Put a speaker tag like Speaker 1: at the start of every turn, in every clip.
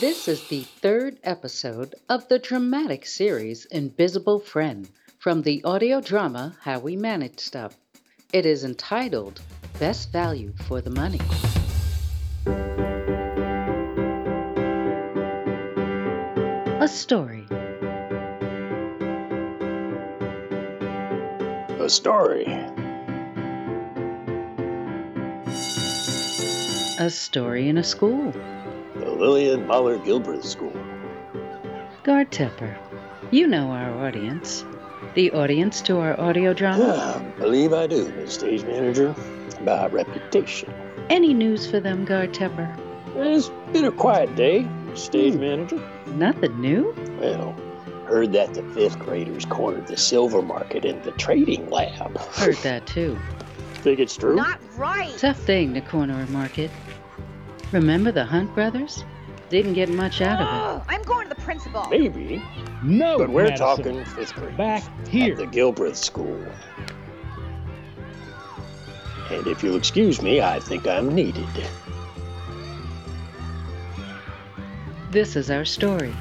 Speaker 1: This is the third episode of the dramatic series Invisible Friend from the audio drama How We Manage Stuff. It is entitled Best Value for the Money. A story.
Speaker 2: A story.
Speaker 1: A story in a school.
Speaker 2: The Lillian Mahler Gilbert School.
Speaker 1: Guard Tepper. You know our audience. The audience to our audio
Speaker 3: Uh-huh.
Speaker 1: drama.
Speaker 2: Ah, believe I do, Miss Stage Manager. By reputation.
Speaker 1: Any news for them, Guard Tepper?
Speaker 2: It's been a quiet day, Stage
Speaker 3: Hmm.
Speaker 2: Manager.
Speaker 1: Nothing new?
Speaker 2: Well, heard that the fifth graders cornered the silver market in the trading lab.
Speaker 1: Heard that too.
Speaker 2: Think it's true?
Speaker 4: Not right.
Speaker 1: Tough thing to corner a market. Remember the Hunt brothers? Didn't get much out of
Speaker 4: Oh, I'm going to the principal.
Speaker 2: Maybe,
Speaker 3: No,
Speaker 2: but we're
Speaker 3: Oh, Madison.
Speaker 2: talking fifth grade.
Speaker 3: back
Speaker 2: At
Speaker 3: here.
Speaker 2: the Gilbreth School. And if you'll excuse me, I think I'm needed.
Speaker 1: it. This is our story.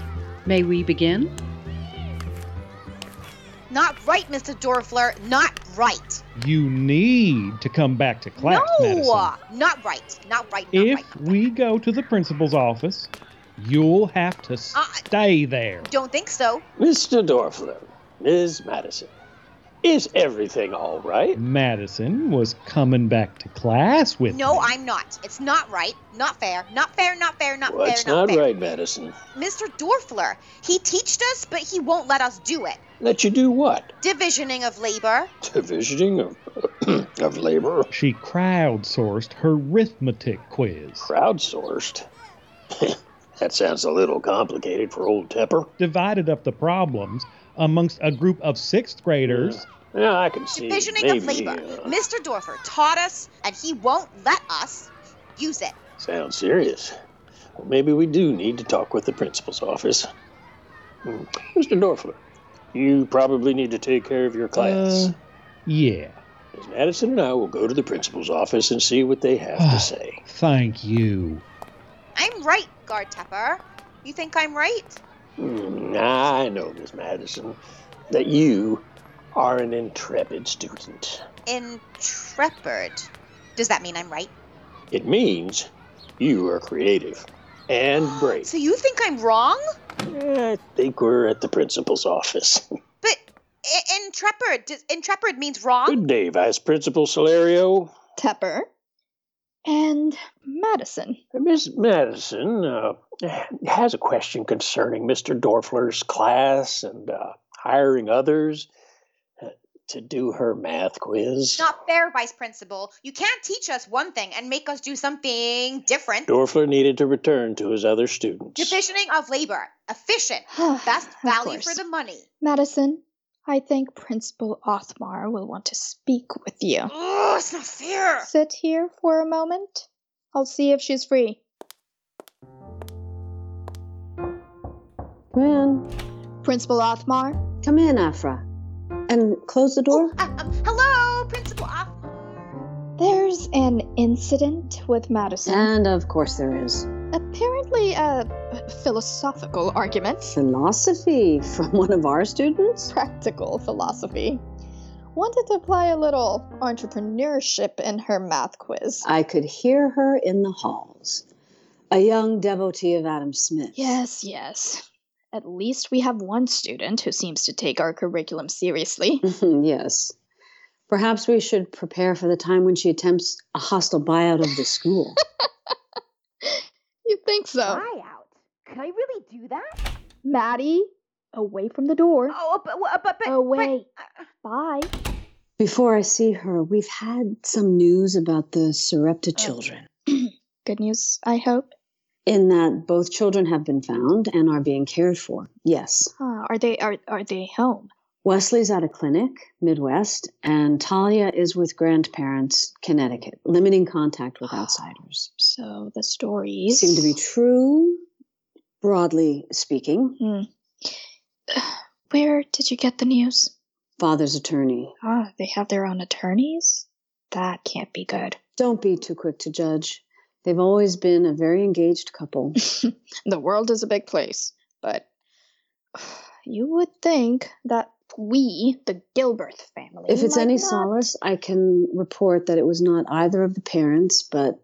Speaker 1: May we begin?
Speaker 4: Not right, Mr. Dorfler. Not right.
Speaker 3: You need to come back to class,
Speaker 4: no, Oh
Speaker 3: Madison.
Speaker 4: not right. Not right. Not
Speaker 3: If
Speaker 4: right.
Speaker 3: we go to the principal's office, you'll have to stay there.
Speaker 4: Uh, Don't think so.
Speaker 2: Mr. Dorfler, Miss Madison, is everything all right?
Speaker 3: Madison was coming back to class with
Speaker 4: No,
Speaker 3: me.
Speaker 4: I'm not. It's not right. Not fair. Not fair. Not fair. Not
Speaker 2: What's
Speaker 4: fair. Not
Speaker 2: not
Speaker 4: fair.
Speaker 2: right, Madison?
Speaker 4: Mr. Dorfler. He teached us, but he won't let us do it.
Speaker 2: That you do what?
Speaker 4: Divisioning of labor.
Speaker 2: Divisioning of, of labor?
Speaker 3: She crowdsourced her arithmetic quiz.
Speaker 2: Crowdsourced? that sounds a little complicated for old Tepper.
Speaker 3: Divided up the problems amongst a group of sixth graders.
Speaker 2: Yeah, I can see.
Speaker 4: Divisioning of
Speaker 2: maybe,
Speaker 4: labor.
Speaker 2: uh,
Speaker 4: Mr. Dorfler taught us, and he won't let us use it.
Speaker 2: Sounds serious. Well, maybe we do need to talk with the principal's office. Hmm. Mr. Dorfler, you probably need to take care of your class.
Speaker 3: Uh, yeah.
Speaker 2: Ms. Madison and I will go to the principal's office and see what they have to say.
Speaker 3: Thank you.
Speaker 4: I'm right, Guard Tepper. You think I'm right?
Speaker 2: Hmm, I know, Miss Madison, that you are an intrepid student.
Speaker 4: Intrepid. Does that mean I'm right?
Speaker 2: It means you are creative and brave.
Speaker 4: So you think I'm wrong?
Speaker 2: I think we're at the principal's office.
Speaker 4: But I- intrepid, does, intrepid means wrong?
Speaker 2: Good day, Vice Principal Solario.
Speaker 5: Tepper, and Madison.
Speaker 2: Miss Madison uh, has a question concerning Mr. Dorfler's class and uh, hiring others uh, to do her math quiz.
Speaker 4: Not fair, Vice Principal. You can't teach us one thing and make us do something different.
Speaker 2: Dorfler needed to return to his other students.
Speaker 4: Divisioning of labor, efficient, best
Speaker 5: Of
Speaker 4: value for
Speaker 5: course.
Speaker 4: the money.
Speaker 5: Madison, I think Principal Othmar will want to speak with you.
Speaker 4: Oh, it's not fair.
Speaker 5: Sit here for a moment. I'll see if she's free.
Speaker 6: Come in.
Speaker 5: Principal Othmar,
Speaker 6: Come in, Afra. And close the door?
Speaker 4: Uh, um, hello, Principal. Off-
Speaker 5: there's an incident with Madison.
Speaker 6: And of course there is.
Speaker 5: Apparently, a philosophical argument.
Speaker 6: Philosophy from one of our students?
Speaker 5: Practical philosophy. Wanted to apply a little entrepreneurship in her math quiz.
Speaker 6: I could hear her in the halls. A young devotee of Adam Smith.
Speaker 5: Yes, yes. At least we have one student who seems to take our curriculum seriously.
Speaker 6: yes. Perhaps we should prepare for the time when she attempts a hostile buyout of the school.
Speaker 5: you think so?
Speaker 4: out. Could I really do that?
Speaker 5: Maddie, away from the door.
Speaker 4: Oh, but but but, but
Speaker 5: away.
Speaker 4: but- uh,
Speaker 5: Bye.
Speaker 6: Before I see her, we've had some news about the Sarepta children,
Speaker 5: Good news, I hope.
Speaker 6: in that both children have been found and are being cared for. Yes.
Speaker 5: Huh, are they are are they home?
Speaker 6: Wesley's at a clinic, Midwest, and Talia is with grandparents, Connecticut, limiting contact with outsiders.
Speaker 5: So the stories
Speaker 6: Seem to be true, broadly speaking.
Speaker 5: Hmm. Where did you get the news?
Speaker 6: Father's attorney.
Speaker 5: Ah, they have their own attorneys. That can't be good.
Speaker 6: Don't be too quick to judge. They've always been a very engaged couple.
Speaker 5: The world is a big place, but you would think that we, the Gilbert family,
Speaker 6: If it's
Speaker 5: might
Speaker 6: any
Speaker 5: not-
Speaker 6: solace, I can report that it was not either of the parents, but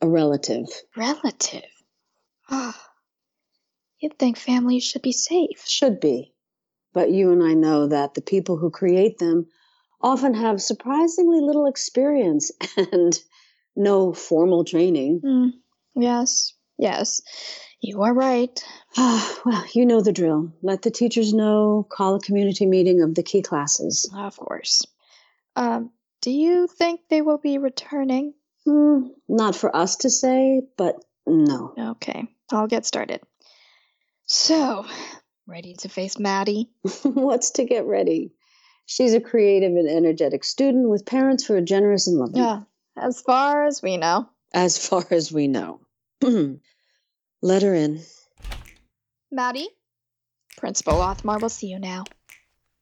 Speaker 6: a relative.
Speaker 5: relative. You'd think families should be safe.
Speaker 6: Should be. But you and I know that the people who create them often have surprisingly little experience and no formal training.
Speaker 5: Hmm. Yes, yes, you are right.
Speaker 6: Ah, well, you know the drill. Let the teachers know, call a community meeting of the key classes.
Speaker 5: Of course. Um, do you think they will be returning?
Speaker 6: Hmm, not for us to say, but no.
Speaker 5: Okay, I'll get started. So, ready to face Maddie?
Speaker 6: What's to get ready? She's a creative and energetic student with parents who are generous and loving.
Speaker 5: Yeah, as far as we know.
Speaker 6: As far as we know. Let her in.
Speaker 5: Maddie? Principal Othmar will see you now.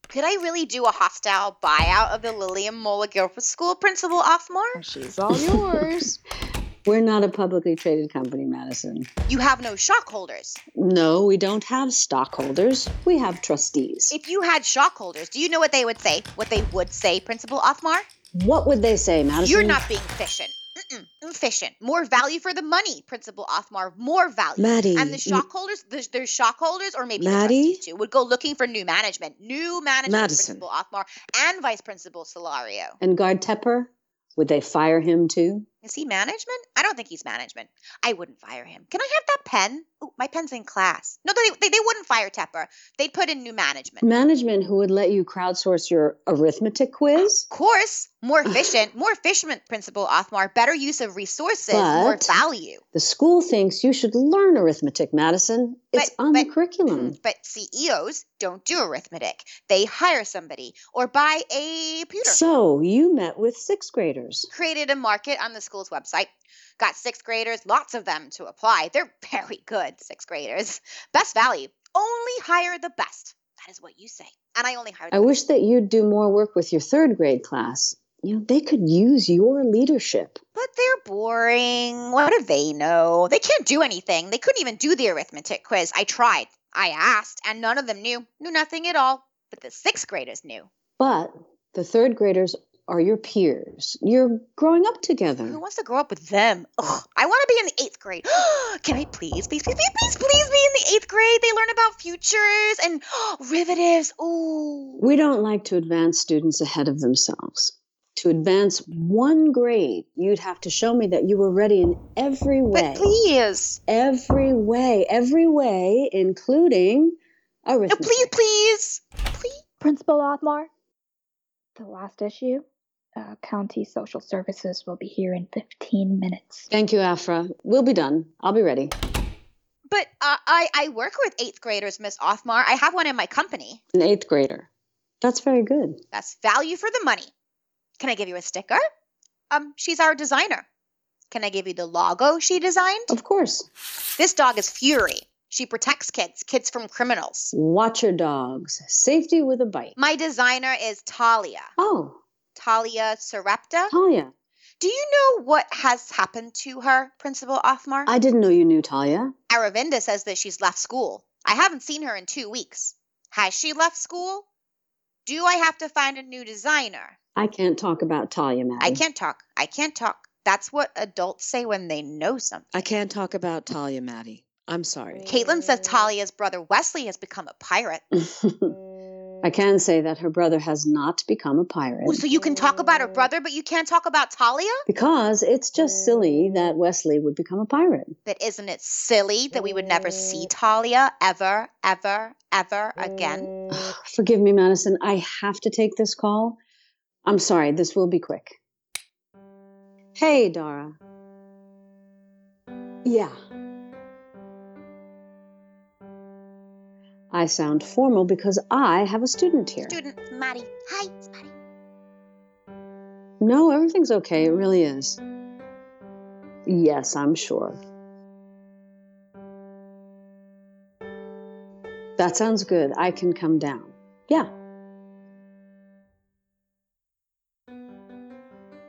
Speaker 4: Could I really do a hostile buyout of the Lillian Mola Guilford School Principal Othmar?
Speaker 5: She's all yours.
Speaker 6: We're not a publicly traded company, Madison.
Speaker 4: You have no stockholders.
Speaker 6: No, we don't have stockholders. We have trustees.
Speaker 4: If you had stockholders, do you know what they would say? What they would say, Principal Othmar?
Speaker 6: What would they say, Madison?
Speaker 4: You're not being efficient. Mm-mm, efficient. More value for the money, Principal Othmar. More value.
Speaker 6: Maddie.
Speaker 4: And the stockholders, the, their stockholders, or maybe
Speaker 6: Maddie?
Speaker 4: the trustees too, would go looking for new management, new management,
Speaker 6: Madison.
Speaker 4: Principal Othmar, and Vice Principal Solario.
Speaker 6: And Guard Tepper? Would they fire him too?
Speaker 4: Is he management? I don't think he's management. I wouldn't fire him. Can I have that pen? Ooh, my pen's in class. No, they, they, they wouldn't fire Tepper. They'd put in new management.
Speaker 6: Management who would let you crowdsource your arithmetic quiz?
Speaker 4: Of course, more efficient, more efficient, Principal Othmar, better use of resources, more
Speaker 6: But-
Speaker 4: value.
Speaker 6: The school thinks you should learn arithmetic, Madison. It's
Speaker 4: But-
Speaker 6: on the
Speaker 4: but-
Speaker 6: curriculum.
Speaker 4: Hmm, But CEOs don't do arithmetic. They hire somebody or buy a computer.
Speaker 6: So you met with sixth graders.
Speaker 4: Created a market on the school's website. Got sixth graders, lots of them to apply. They're very good, sixth graders. Best value. Only hire the best. That is what you say. And I only hire the
Speaker 6: I wish that you'd do more work with your third grade class. You know, they could use your leadership.
Speaker 4: But they're boring. What do they know? They can't do anything. They couldn't even do the arithmetic quiz. I tried. I asked, and none of them knew. Knew nothing at all. But the sixth graders knew.
Speaker 6: But the third graders are your peers. You're growing up
Speaker 4: Who
Speaker 6: together.
Speaker 4: wants to grow up with them? Ugh, I want to be in the eighth grade. Can I please, please, please, please, please, please be in the eighth grade? They learn about futures and derivatives. Ooh.
Speaker 6: We don't like to advance students ahead of themselves. To advance one grade, you'd have to show me that you were ready in every way.
Speaker 4: But please.
Speaker 6: Every way, every way, including
Speaker 4: No,
Speaker 6: arithmetic.
Speaker 4: please, please. Please.
Speaker 5: Principal Othmar? The last issue? Uh, county Social Services will be here in 15 minutes.
Speaker 6: Thank you, Afra. We'll be done. I'll be ready.
Speaker 4: But uh, I, I work with eighth graders, Miss Othmar. I have one in my company.
Speaker 6: An eighth grader. That's very good.
Speaker 4: That's value for the money. Can I give you a sticker? Um, she's our designer. Can I give you the logo she designed?
Speaker 6: Of course.
Speaker 4: This dog is Fury. She protects kids, kids from criminals.
Speaker 6: Watch your dogs. Safety with a bite.
Speaker 4: My designer is Talia.
Speaker 6: Oh,
Speaker 4: Talia Sarepta.
Speaker 6: Talia.
Speaker 4: Do you know what has happened to her, Principal Othmar?
Speaker 6: I didn't know you knew Talia.
Speaker 4: Aravinda says that she's left school. I haven't seen her in two weeks. Has she left school? Do I have to find a new designer?
Speaker 6: I can't talk about Talia, Maddie.
Speaker 4: I can't talk. I can't talk. That's what adults say when they know something.
Speaker 6: I can't talk about Talia, Maddie. I'm sorry.
Speaker 4: Caitlin says Talia's brother Wesley has become a pirate.
Speaker 6: I can say that her brother has not become a pirate
Speaker 4: Ooh, so you can talk about her brother, but you can't talk about Talia?
Speaker 6: because it's just silly that Wesley would become a pirate.
Speaker 4: But isn't it silly that we would never see Talia ever, ever, ever again?
Speaker 6: Forgive me, Madison. I have to take this call. I'm sorry. This will be quick. Hey, Dara. Yeah. I sound formal because I have a student here.
Speaker 4: Student Maddie. Hi, it's Maddie.
Speaker 6: No, everything's okay. It really is. Yes, I'm sure. That sounds good. I can come down. Yeah.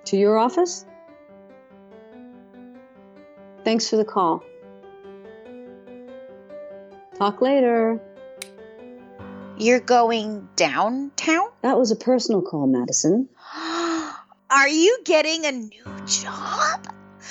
Speaker 6: To your office? Thanks for the call. Talk later.
Speaker 4: You're going downtown?
Speaker 6: That was a personal call, Madison.
Speaker 4: Are you getting a new job?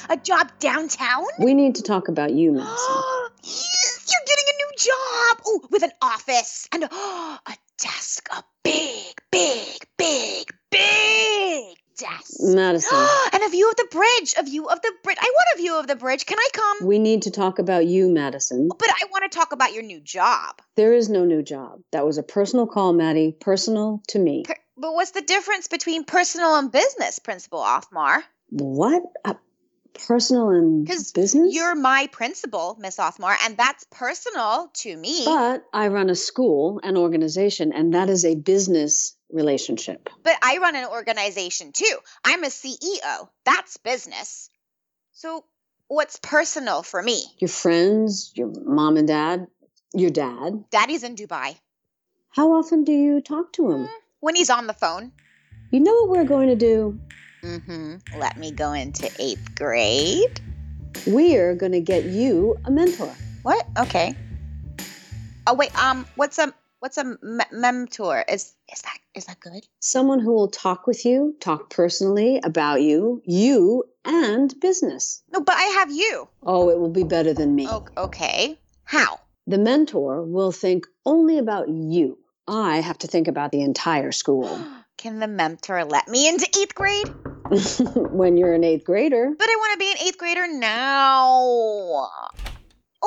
Speaker 4: A job downtown?
Speaker 6: We need to talk about you, Madison.
Speaker 4: yes, you're getting a new job. Oh, with an office and a desk, a big, big, big, big desk.
Speaker 6: Madison,
Speaker 4: and a view of the bridge. A view of the bridge. I want a view of the bridge. Can I come?
Speaker 6: we need to talk about you, Madison.
Speaker 4: But I want to talk about your new job.
Speaker 6: There is no new job. That was a personal call, Maddie. Personal to me.
Speaker 4: Per- but what's the difference between personal and business, Principal Othmar?
Speaker 6: What? A personal and
Speaker 4: 'Cause
Speaker 6: business?
Speaker 4: You're my principal, Miss Othmar, and that's personal to me.
Speaker 6: But I run a school, an organization, and that is a business relationship.
Speaker 4: But I run an organization too. I'm a CEO. That's business. So what's personal for me?
Speaker 6: Your friends, your mom and dad, your dad.
Speaker 4: Daddy's in Dubai.
Speaker 6: How often do you talk to him?
Speaker 4: When he's on the phone.
Speaker 6: You know what we're going to do?
Speaker 4: Mm-hmm. Let me go into eighth grade.
Speaker 6: We're going to get you a mentor.
Speaker 4: What? Okay. Oh wait. Um. What's a what's a me- mentor? Is is that is that good?
Speaker 6: Someone who will talk with you, talk personally about you, you, and business.
Speaker 4: No, but I have you.
Speaker 6: Oh, it will be better than me.
Speaker 4: Oh, okay. How?
Speaker 6: The mentor will think only about you. I have to think about the entire school.
Speaker 4: Can the mentor let me into eighth grade?
Speaker 6: when you're an eighth grader,
Speaker 4: But I want to be an eighth grader now.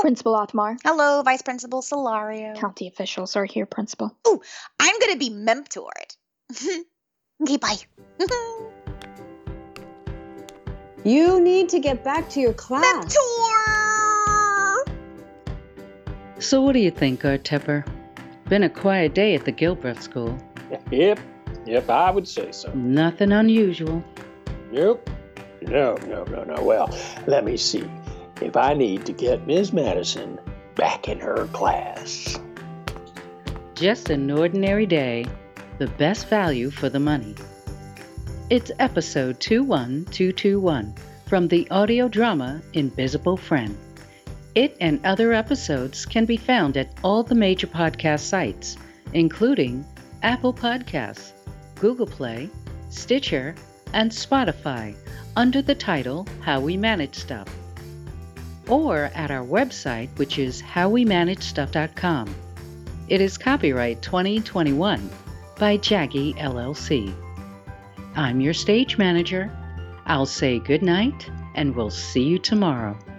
Speaker 5: Principal Othmar.
Speaker 4: Hello, Vice Principal Solario.
Speaker 5: County officials are here, Principal.
Speaker 4: I'm gonna be mentored. okay, bye.
Speaker 6: you need to get back to your class.
Speaker 4: Mentor.
Speaker 1: So, what do you think, Art Tepper? Been a quiet day at the Gilbert School.
Speaker 2: Yep, yep, I would say so.
Speaker 1: Nothing unusual.
Speaker 2: Nope. No, no, no, no. Well, let me see if I need to get Miss Madison back in her class.
Speaker 1: Just an ordinary day. The best value for the money. It's episode 21221 from the audio drama Invisible Friend. It and other episodes can be found at all the major podcast sites, including Apple Podcasts, Google Play, Stitcher, and Spotify, under the title How We Manage Stuff. Or at our website, which is howwemanagestuff.com. It is copyright 2021 by Jaggy LLC. I'm your stage manager. I'll say good night and we'll see you tomorrow.